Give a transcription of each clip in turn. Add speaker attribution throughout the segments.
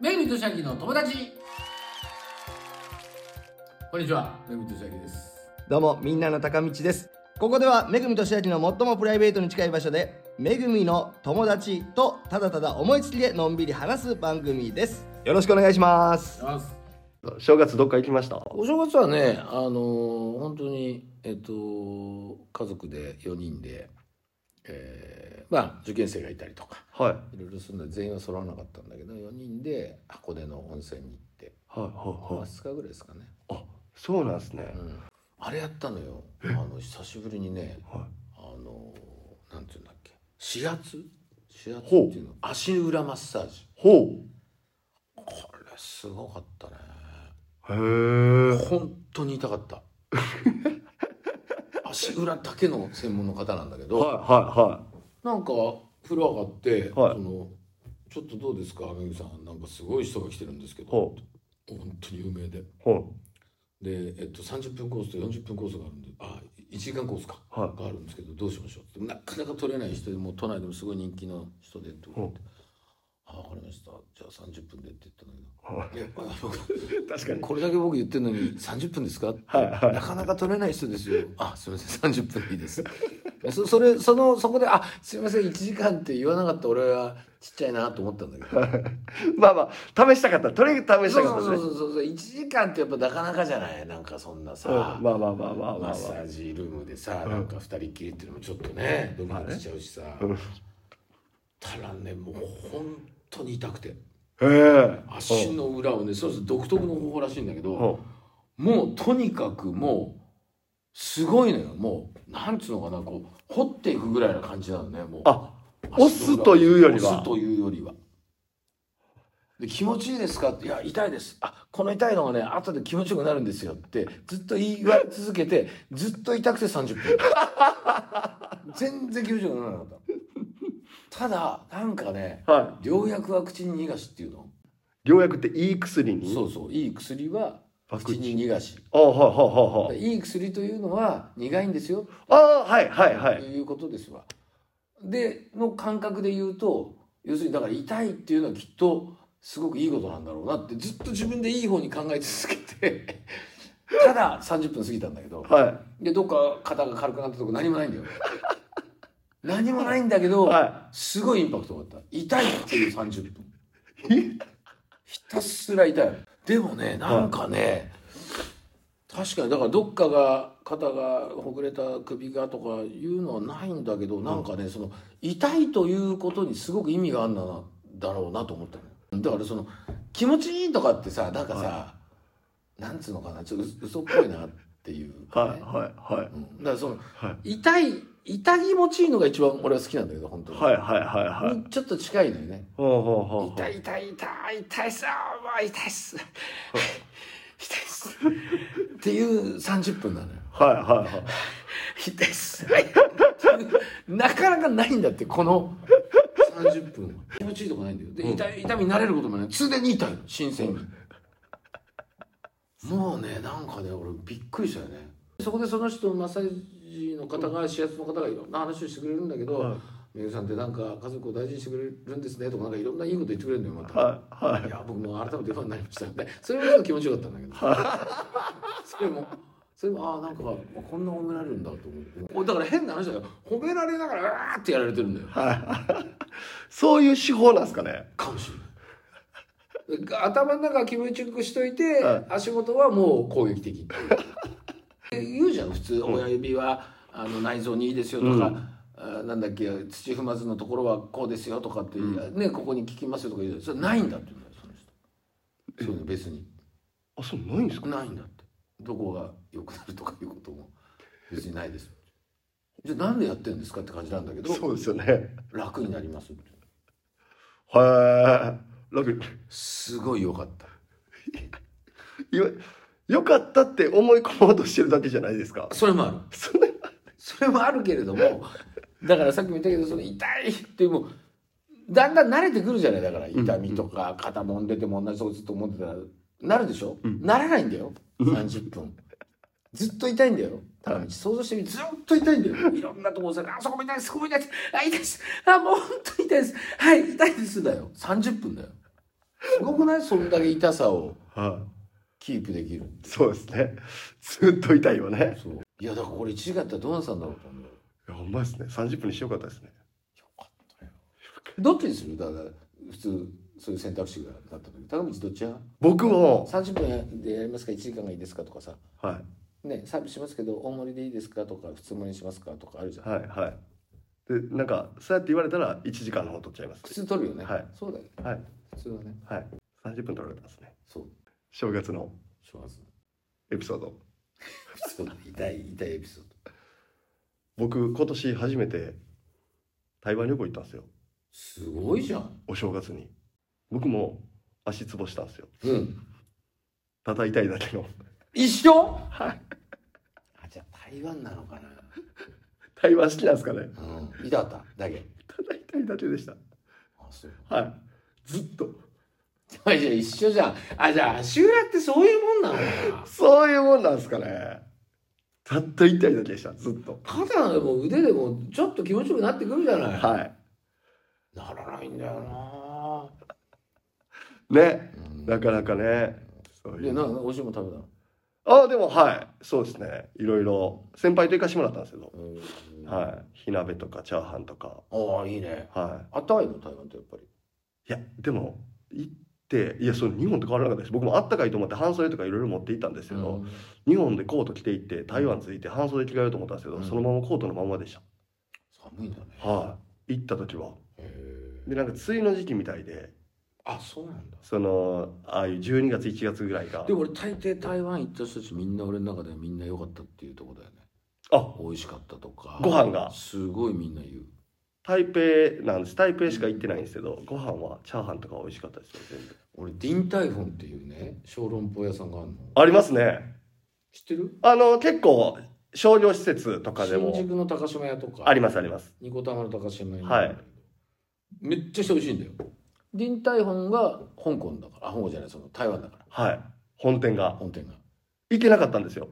Speaker 1: めぐみとしあきの友達こんにちはめぐみとしあきです
Speaker 2: どうもみんなの高道ですここではめぐみとしあきの最もプライベートに近い場所でめぐみの友達とただただ思いつきでのんびり話す番組ですよろしくお願いします
Speaker 1: ます
Speaker 2: 正月どっか行きました
Speaker 3: お正月はね、あのー本当に、えっと、家族で4人で、えーまあ、受験生がいたりとか、
Speaker 2: はい
Speaker 3: いろいろするので全員は揃わなかったんだけど、4人で箱根の温泉に行って、
Speaker 2: はいはい
Speaker 3: ま
Speaker 2: は
Speaker 3: あ、
Speaker 2: い
Speaker 3: 2日ぐらいですかね。
Speaker 2: あそうなんですね
Speaker 3: うんあれやったのよ。あの、久しぶりにね、
Speaker 2: は
Speaker 3: あのーなんていうんだっけ、指圧指圧って
Speaker 2: ほう
Speaker 3: いうの足裏マッサージ。
Speaker 2: ほ
Speaker 3: これ、すごかったね。
Speaker 2: うへえ
Speaker 3: 本当に痛か った足裏だけの専門の方なんだけど、
Speaker 2: はいは
Speaker 3: なんか風呂上がって、
Speaker 2: はい
Speaker 3: そのちょっとどうですかめぐさんなんかすごい人が来てるんですけど
Speaker 2: ほ
Speaker 3: 本当に有名で
Speaker 2: いはい
Speaker 3: で、えっと、30分コースと40分コースがあるんであ1時間コースか、
Speaker 2: はい
Speaker 3: があるんですけどどうしましょうってなかなか取れない人でもう都内でもすごい人気の人でって言って「あ分かりましたじゃあ30分で」って言ったんだけど。
Speaker 2: はい
Speaker 3: や僕
Speaker 2: 確かに
Speaker 3: これだけ僕言ってるのに30分ですかって、
Speaker 2: はいはい
Speaker 3: なかなか取れない人ですよあすみません30分でいいです そそれそのそこであすみません1時間って言わなかった俺はちっちゃいなと思ったんだけど
Speaker 2: まあまあ試したかったとにかく試し
Speaker 3: そ
Speaker 2: た
Speaker 3: う
Speaker 2: か
Speaker 3: そう
Speaker 2: っ
Speaker 3: そう
Speaker 2: たですね
Speaker 3: そうそう1時間ってやっぱなかなかじゃないなんかそんな
Speaker 2: うん
Speaker 3: さ、
Speaker 2: まあまあまあまあま
Speaker 3: マ
Speaker 2: あ
Speaker 3: ッサージルームでさ、なんか2人っきりっていうのもちょっとねドキドキしちゃうしさ、
Speaker 2: うん
Speaker 3: たらねもう本当に痛くて
Speaker 2: へえ
Speaker 3: 足の裏をねそうそう独特の方法らしいんだけど、
Speaker 2: ほ
Speaker 3: もうとにかくもうすごいのよもうなんつうのかなこう掘っていくぐらいな感じなのねもう
Speaker 2: あ
Speaker 3: 足の裏
Speaker 2: 押すというよりは
Speaker 3: 押すというよりはで気持ちいいですかっていや痛いですあこの痛いのがね後で気持ちよくなるんですよってずっと言われ続けてずっと痛くて30分 全然気持ちよくならなかったただなんかね
Speaker 2: うは
Speaker 3: 良薬は口に逃がしっていうの
Speaker 2: い療薬っていい薬に
Speaker 3: そうそういい薬は
Speaker 2: パク
Speaker 3: 口
Speaker 2: チー
Speaker 3: に逃がし
Speaker 2: あはいはいはいはい
Speaker 3: いい薬というのは苦いんですよ
Speaker 2: あはいはいは
Speaker 3: と
Speaker 2: い
Speaker 3: いうことですわ。での感覚で言うと要するにだから痛いっていうのはきっとすごくいいことなんだろうなってずっと自分でいい方に考え続けてただ30分過ぎたんだけど
Speaker 2: は
Speaker 3: でどっか肩が軽くなったとこ何も ないんだよ。何もないんだけ
Speaker 2: い
Speaker 3: ど、
Speaker 2: は
Speaker 3: すごいインパクトがあった痛いっていう30分ひたすら痛いでもねなんかね、確かにだからどっかが肩がほぐれた首がとかいうのはないんだけどなんかねその痛いということにすごく意味があるんだなだろうなと思ったのだからその気持ちいいとかってさなんかさ、なんつうのかなちょっと嘘っぽいなっていう
Speaker 2: い
Speaker 3: か
Speaker 2: は
Speaker 3: ね、
Speaker 2: いはいはい
Speaker 3: うんだからその
Speaker 2: はい
Speaker 3: 痛い痛気持ちいいのが一番俺は好きなんだけど本当に、
Speaker 2: はいはいはいはい。
Speaker 3: にちょっと近いのよね
Speaker 2: ほうほうほうほう
Speaker 3: 痛い痛い痛い痛いっすあーもう痛いっす痛いっすっていう30分なのよ
Speaker 2: はいはいはい。
Speaker 3: 痛いっすはいなかなかないんだってこの30分は気持ちいいとこないんだよで痛い痛みに慣れることもない常に痛いの新鮮にもうねなんかね俺びっくりしたよねそこでその人のマッサージの方が指圧の方がいろんな話をしてくれるんだけ
Speaker 2: はい
Speaker 3: ど「めぐさんってなんか家族を大事にしてくれるんですね」とかなんかいろんないいこと言ってくれるのよまた。
Speaker 2: はいはい
Speaker 3: や僕も改めてファンになりましたでそれもちょっと気持ちよかったんだけど それもそれもああなんかこんな褒められるんだと思ってだから変な話だよ褒められながらうわーってやられてるんだよ
Speaker 2: いはい。そういう手法なんですかね。
Speaker 3: かもしれない頭の中は気持ちよくしといて、
Speaker 2: はい
Speaker 3: 足元はもう攻撃的っていう 言うじゃん普通親指はあの内臓にいいですよとか、あなんだっけ土踏まずのところはこうですよとかって、ねここに効きますよとか言うじゃんそれないんだって言うんだよその人そういうの別に。
Speaker 2: あ、そうないんですか。
Speaker 3: ないんだってどこが良くなるとかいうことも別にないですじゃあなんでやってるんですかって感じなんだけど
Speaker 2: そうですよね。
Speaker 3: 楽になりますって
Speaker 2: はい。楽に。
Speaker 3: すごい良かった
Speaker 2: よ、良かったって思い込もうとしてるだけじゃないですか。
Speaker 3: それもある
Speaker 2: それ
Speaker 3: それもあるけれどもだからさっきも言ったけどその痛いってもうだんだん慣れてくるじゃないだから痛みとか肩もんでても同じとこずっと思ってたらなるでしょ、ならないんだよ30分ずっと痛いんだよ高道想像してみずっと痛いんだよいろんなとこ押されてあそこも痛いですここも痛いですあ痛いですあもう本当に痛いですはい痛いですだよ30分だよすごくないそんだけ痛さを
Speaker 2: は
Speaker 3: キープできる
Speaker 2: い、そうですね。ずっと痛いよね。
Speaker 3: そういやだからこれ1時間やったらどうなってたんだろうと思うよ
Speaker 2: いや、ほんまですね。30分にしてよかったですね。
Speaker 3: かったよどっちにするだから普通そういう選択肢があった時高道どっちや
Speaker 2: 僕も、
Speaker 3: 30分でやりますか1時間がいいですかとかさ
Speaker 2: は
Speaker 3: ねサービスしますけど大盛りでいいですかとか普通盛りにしますかとかあるじゃん、
Speaker 2: い、はい、はい。で、なんか、そうやって言われたら、1時間の方取っちゃいます。
Speaker 3: 普通取るよね、
Speaker 2: はい
Speaker 3: そうだよね
Speaker 2: はい、
Speaker 3: 普通はね
Speaker 2: はい。30分取られたんですね。
Speaker 3: そう
Speaker 2: 正月の
Speaker 3: 正月
Speaker 2: エピソード。
Speaker 3: そう痛い痛いエピソード
Speaker 2: 僕、今年初めて台湾旅行行ったんですよ。
Speaker 3: すごいじゃん
Speaker 2: お正月に。僕も足つぼしたんですよ。
Speaker 3: うん
Speaker 2: ただ痛いだけの。
Speaker 3: 一緒
Speaker 2: はい。
Speaker 3: あじゃあ台湾なのかな
Speaker 2: 台湾好きなんですかね。
Speaker 3: うん痛かっただけ
Speaker 2: ただ痛いだけでした。
Speaker 3: あそう
Speaker 2: はい。ずっと。
Speaker 3: じゃあ一緒じゃんあじゃあ足裏ってそういうもんなのかな
Speaker 2: そういうもんなんですかね。たった痛いだけでした。ずっと。
Speaker 3: 肩でも腕でもちょっと気持ちよくなってくるじゃ ない、
Speaker 2: は
Speaker 3: ならないんだよ
Speaker 2: い。ね。
Speaker 3: な、うん
Speaker 2: なかなかね。そうい
Speaker 3: で
Speaker 2: う
Speaker 3: なおしいもん食べたの
Speaker 2: あ、でも、はい。そうですね。いろいろ先輩と行かしてもらったんですけど。
Speaker 3: うん
Speaker 2: はい。火鍋とかチャーハンとか。
Speaker 3: ああいいね
Speaker 2: は
Speaker 3: あったかいの台湾ってやっぱり
Speaker 2: い。いや、でも。行って、いや、そう、日本と変わらなかったです。僕もあったかいと思って、半袖とかいろいろ持って行ったんですけど。
Speaker 3: うん
Speaker 2: 日本でコート着て行って台湾着いて半袖着替えようと思ったんですけど、
Speaker 3: うん
Speaker 2: そのままコートのままでし
Speaker 3: 寒いんだね
Speaker 2: たはい行った時は
Speaker 3: へえ
Speaker 2: でなんか梅雨の時期みたいで
Speaker 3: あそうなんだ
Speaker 2: そのああいう12月1月ぐらいが
Speaker 3: でも俺大抵台湾行った人たちみんな俺の中ではみんな良かったっていうとこだよね
Speaker 2: あ
Speaker 3: 美味しかったとか
Speaker 2: ご飯が
Speaker 3: すごいみんな言う
Speaker 2: 台北なんです台北しか行ってないんですけどご飯はチャーハンとか美味しかったですよ全部
Speaker 3: 俺ディンタイフォンっていうね小籠包屋さんがあるの
Speaker 2: ありますね
Speaker 3: 知ってる
Speaker 2: あの結構商業施設とかで
Speaker 3: 新
Speaker 2: も
Speaker 3: 宿の高島屋とか
Speaker 2: ありますあります
Speaker 3: ニコタマの高島屋に
Speaker 2: はい
Speaker 3: めっちゃ人美味しいんだよディンタイフォンが香港だからあ香港じゃないその台湾だから
Speaker 2: はい本店が
Speaker 3: 本店が
Speaker 2: 行けなかったんですよ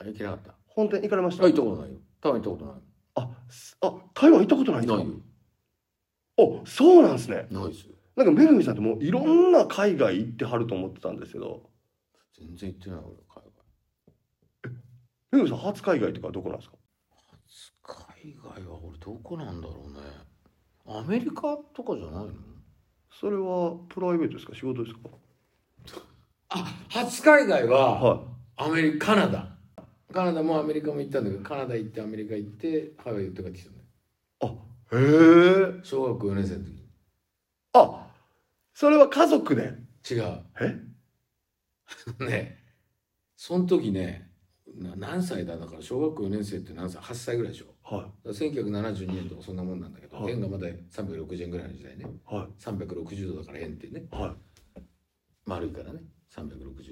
Speaker 3: あ行けなかった
Speaker 2: 本店行かれました
Speaker 3: あ行ったことないよ台湾行ったこ
Speaker 2: あすあ台湾行ったことないん
Speaker 3: と
Speaker 2: で
Speaker 3: ない
Speaker 2: す
Speaker 3: な
Speaker 2: か
Speaker 3: いよ
Speaker 2: おそうなんですね
Speaker 3: ないですよ
Speaker 2: なんかめぐみさんってもういろんな海外行ってはると思ってたんですけど、
Speaker 3: 全然行ってない俺海外
Speaker 2: めぐみさん初海外とかどこなんですか
Speaker 3: 海外は俺どこなんだろうねアメリカとかじゃないの
Speaker 2: それはプライベートですか仕事ですか
Speaker 3: あ初海外は
Speaker 2: は
Speaker 3: アメリカカナダカナダもアメリカも行ったんだけどカナダ行ってアメリカ行ってハワイ行って帰ってきたんだよ
Speaker 2: い。へえ。
Speaker 3: 小学校4年生の時に
Speaker 2: あ、それは家族で。
Speaker 3: 違う
Speaker 2: え
Speaker 3: ねその時ねな何歳だだから小学校4年生って何歳8歳ぐらいでしょ
Speaker 2: は
Speaker 3: だから1972年とかそんなもんなんだけど
Speaker 2: はい
Speaker 3: 円がまだ360円ぐらいの時代ね
Speaker 2: い。は
Speaker 3: 360度だから円ってね
Speaker 2: い。はい。
Speaker 3: 丸いからね360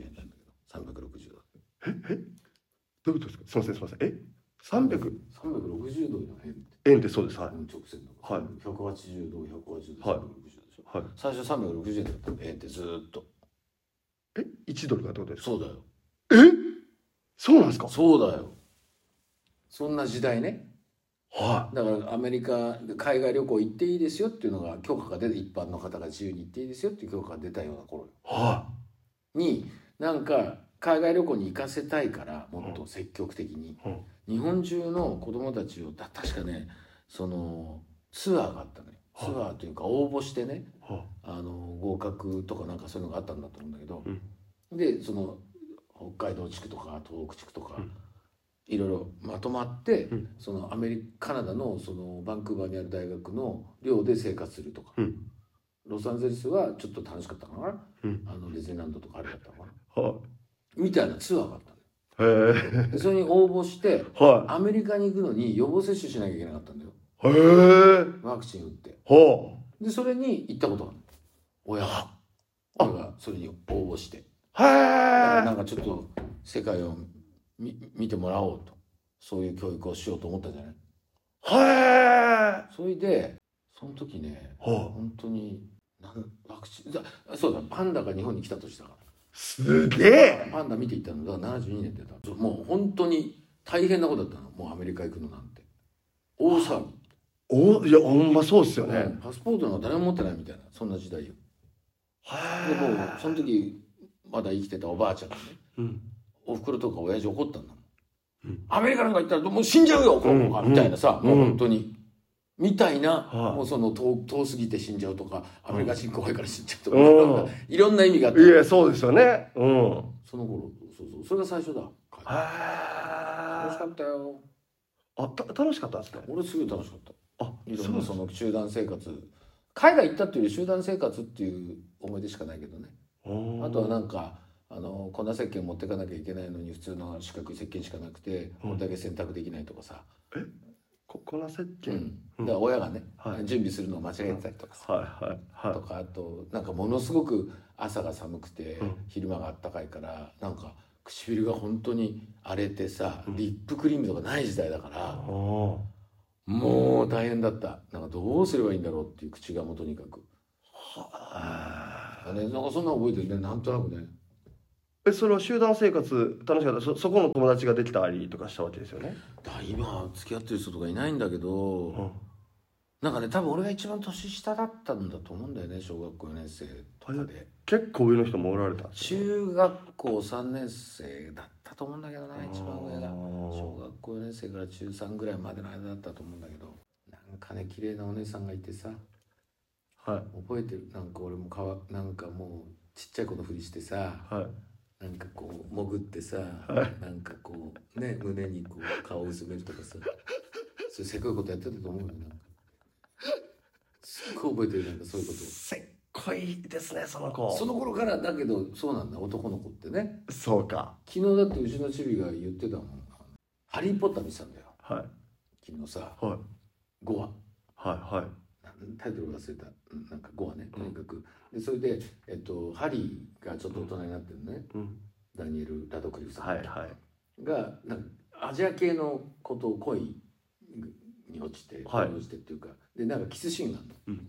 Speaker 3: 円なんだけど360度
Speaker 2: どういうことですかすいませんすいません。え ?300
Speaker 3: 360度の円って
Speaker 2: 円ってそうです。はい。
Speaker 3: 直線の
Speaker 2: はい
Speaker 3: 180度180度
Speaker 2: は
Speaker 3: 360度
Speaker 2: い
Speaker 3: でしょ
Speaker 2: はい。
Speaker 3: 最初360円だったの円ってずーっと
Speaker 2: え ?1 ドルがってことですか
Speaker 3: そうだよ
Speaker 2: えそうなんですか
Speaker 3: そうだよそんな時代ね
Speaker 2: は
Speaker 3: だからアメリカ海外旅行行っていいですよっていうのが許可が出て一般の方が自由に行っていいですよっていう許可が出たような頃
Speaker 2: い。は
Speaker 3: になんか海外旅行に行かせたいからもっと積極的に、
Speaker 2: うん
Speaker 3: 日本中の子供たちをた確かねそのツアーがあったのよ
Speaker 2: は
Speaker 3: ツ
Speaker 2: い
Speaker 3: アーというか応募してね
Speaker 2: い。は
Speaker 3: あの合格とかなんかそういうのがあったんだと思うんだけど、
Speaker 2: うん
Speaker 3: でその北海道地区とか東北地区とか、
Speaker 2: うん
Speaker 3: いろいろまとまって、
Speaker 2: うん
Speaker 3: そのアメリカカナダのそのバンクーバーにある大学の寮で生活するとか、
Speaker 2: うん
Speaker 3: ロサンゼルスはちょっと楽しかったかな、
Speaker 2: うん。
Speaker 3: あのディズニーランドとかあれだったかない
Speaker 2: は
Speaker 3: みたいなツアーがあったのよ
Speaker 2: い。へ
Speaker 3: でそれに応募して
Speaker 2: え。は
Speaker 3: アメリカに行くのに予防接種しなきゃいけなかったんだよ
Speaker 2: い。へえ。
Speaker 3: ワクチン打って
Speaker 2: は
Speaker 3: でそれに行ったことがある親が親がそれに応募して
Speaker 2: あ。へ
Speaker 3: な
Speaker 2: え。
Speaker 3: んかちょっと世界を見見てもらおうとそういう教育をしようと思ったじゃない
Speaker 2: はえ。
Speaker 3: それでその時ね
Speaker 2: はあ。
Speaker 3: 本当になんワクチンだそうだパンダが日本に来た年だか
Speaker 2: すげ
Speaker 3: ら
Speaker 2: え
Speaker 3: パンダ見ていったのだから72年だったのもう本当に大変なことだったのもうアメリカ行くのなんて大騒ぎ
Speaker 2: おいやほんまそうっすよね、
Speaker 3: パスポートなんか誰も持ってないみたいなそんな時代よでもうその時まだ生きてたおばあちゃんがね
Speaker 4: うん
Speaker 3: おふくろとか親父怒ったんだもん、
Speaker 4: うん
Speaker 3: アメリカなんか行ったらもう死んじゃうよこの子が
Speaker 4: うん
Speaker 3: みたいなさ、
Speaker 4: うん
Speaker 3: もう本当にみたいな、
Speaker 4: はい
Speaker 3: もうその遠遠すぎて死んじゃうとかアメリカ人怖いから死んじゃうとか、
Speaker 4: うん
Speaker 3: いろんな意味があって
Speaker 4: いやそうですよねうん
Speaker 3: その頃そうそうそれが最初だ楽し
Speaker 4: あ
Speaker 3: かったよ
Speaker 4: あた楽しかったですね
Speaker 3: 俺すごい楽しかった
Speaker 4: あ
Speaker 3: いろ
Speaker 4: そ
Speaker 3: ん
Speaker 4: う
Speaker 3: なその集団生活海外行ったっていうより集団生活っていう思い出しかないけどねあとはなんかあの粉石鹸持ってかなきゃいけないのに普通の四角い石鹸しかなくて
Speaker 4: うん
Speaker 3: これだけ洗濯できないとかさ、
Speaker 4: ここの設
Speaker 3: う
Speaker 4: 計、
Speaker 3: ん
Speaker 4: うん
Speaker 3: だから親がね、
Speaker 4: はい
Speaker 3: 準備するのを間違えてたりとかさ、
Speaker 4: はいはいは
Speaker 3: とかあとなんかものすごく朝が寒くて、
Speaker 4: うん
Speaker 3: 昼間があったかいからなんか唇が本当に荒れてさリップクリームとかない時代だから
Speaker 4: い、お
Speaker 3: もう大変だったなんかどうすればいいんだろうっていう口がもうとにかく
Speaker 4: は
Speaker 3: あれなんかそんなの覚えてるねなんとなくね
Speaker 4: えそれは集団生活楽しかったそそこの友達ができたりとかしたわけですよね、
Speaker 3: だ今付き合ってる人とかいないんだけど、
Speaker 4: うん、
Speaker 3: なんかね多分俺が一番年下だったんだと思うんだよね小学校4年生とかで
Speaker 4: 結構上の人もおられた
Speaker 3: 中学校3年生だったと思うんだけどな一番上が小
Speaker 4: 小
Speaker 3: 学校4年生から中3ぐらいまでの間だったと思うんだけどなんかね綺麗なお姉さんがいてさ
Speaker 4: はい
Speaker 3: 覚えてるなんか俺もかわなんかもうちっちゃい子のふりしてさ
Speaker 4: はい
Speaker 3: なんかこう潜ってさ、なんかこうね胸にこう顔をうずめるとかさそれせっかいことやってたと思うよなんかすっごい覚えてるなんかそういうこと
Speaker 4: せっこいですねその子
Speaker 3: その頃からだけどそうなんだ男の子ってね
Speaker 4: そうか
Speaker 3: 昨日だってうちのチビが言ってたもん「ハリー・ポッター」見てたんだよ
Speaker 4: はい
Speaker 3: 昨日さ
Speaker 4: はい
Speaker 3: 5話
Speaker 4: はいはい
Speaker 3: なんタイトル忘れたうんなんか5話ねとにかくでそれで、えっと、ハリーがちょっと大人になってるね
Speaker 4: うん
Speaker 3: ダニエル・ラドクリフさん、
Speaker 4: はいはい
Speaker 3: がなんかアジア系のことを恋に落ちて
Speaker 4: はい
Speaker 3: 恋に落ちてっていうか、でなんかキスシーンがあるの、
Speaker 4: うん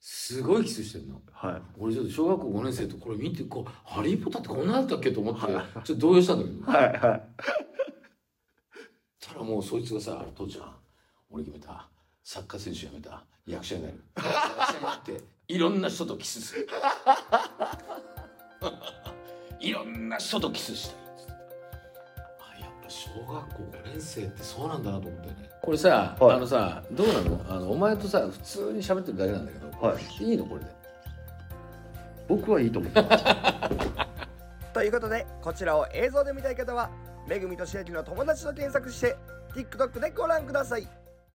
Speaker 3: すごいキスしてるの
Speaker 4: はい
Speaker 3: 俺ちょっと小学校5年生とこれ見てこう「ハリー・ポッター」ってこんなだったっけと思ってちょっと動揺したんだけど、
Speaker 4: はいはい
Speaker 3: そしたらもうそいつがさ「父ちゃん俺決めたサッカー選手辞めた役者になる」役者になっていろんな人とキスす るいろんな人とキスしたいあやっぱ小学校5年生ってそうなんだなと思ったよねこれさ、
Speaker 4: はい
Speaker 3: あのさどうなのあのお前とさ普通に喋ってるだけなんだけど、、
Speaker 4: はい
Speaker 3: いのこれで
Speaker 4: 僕はいいと思ってます
Speaker 2: ということでこちらを映像で見たい方は「めぐみとしあきの友達」と検索して TikTok でご覧ください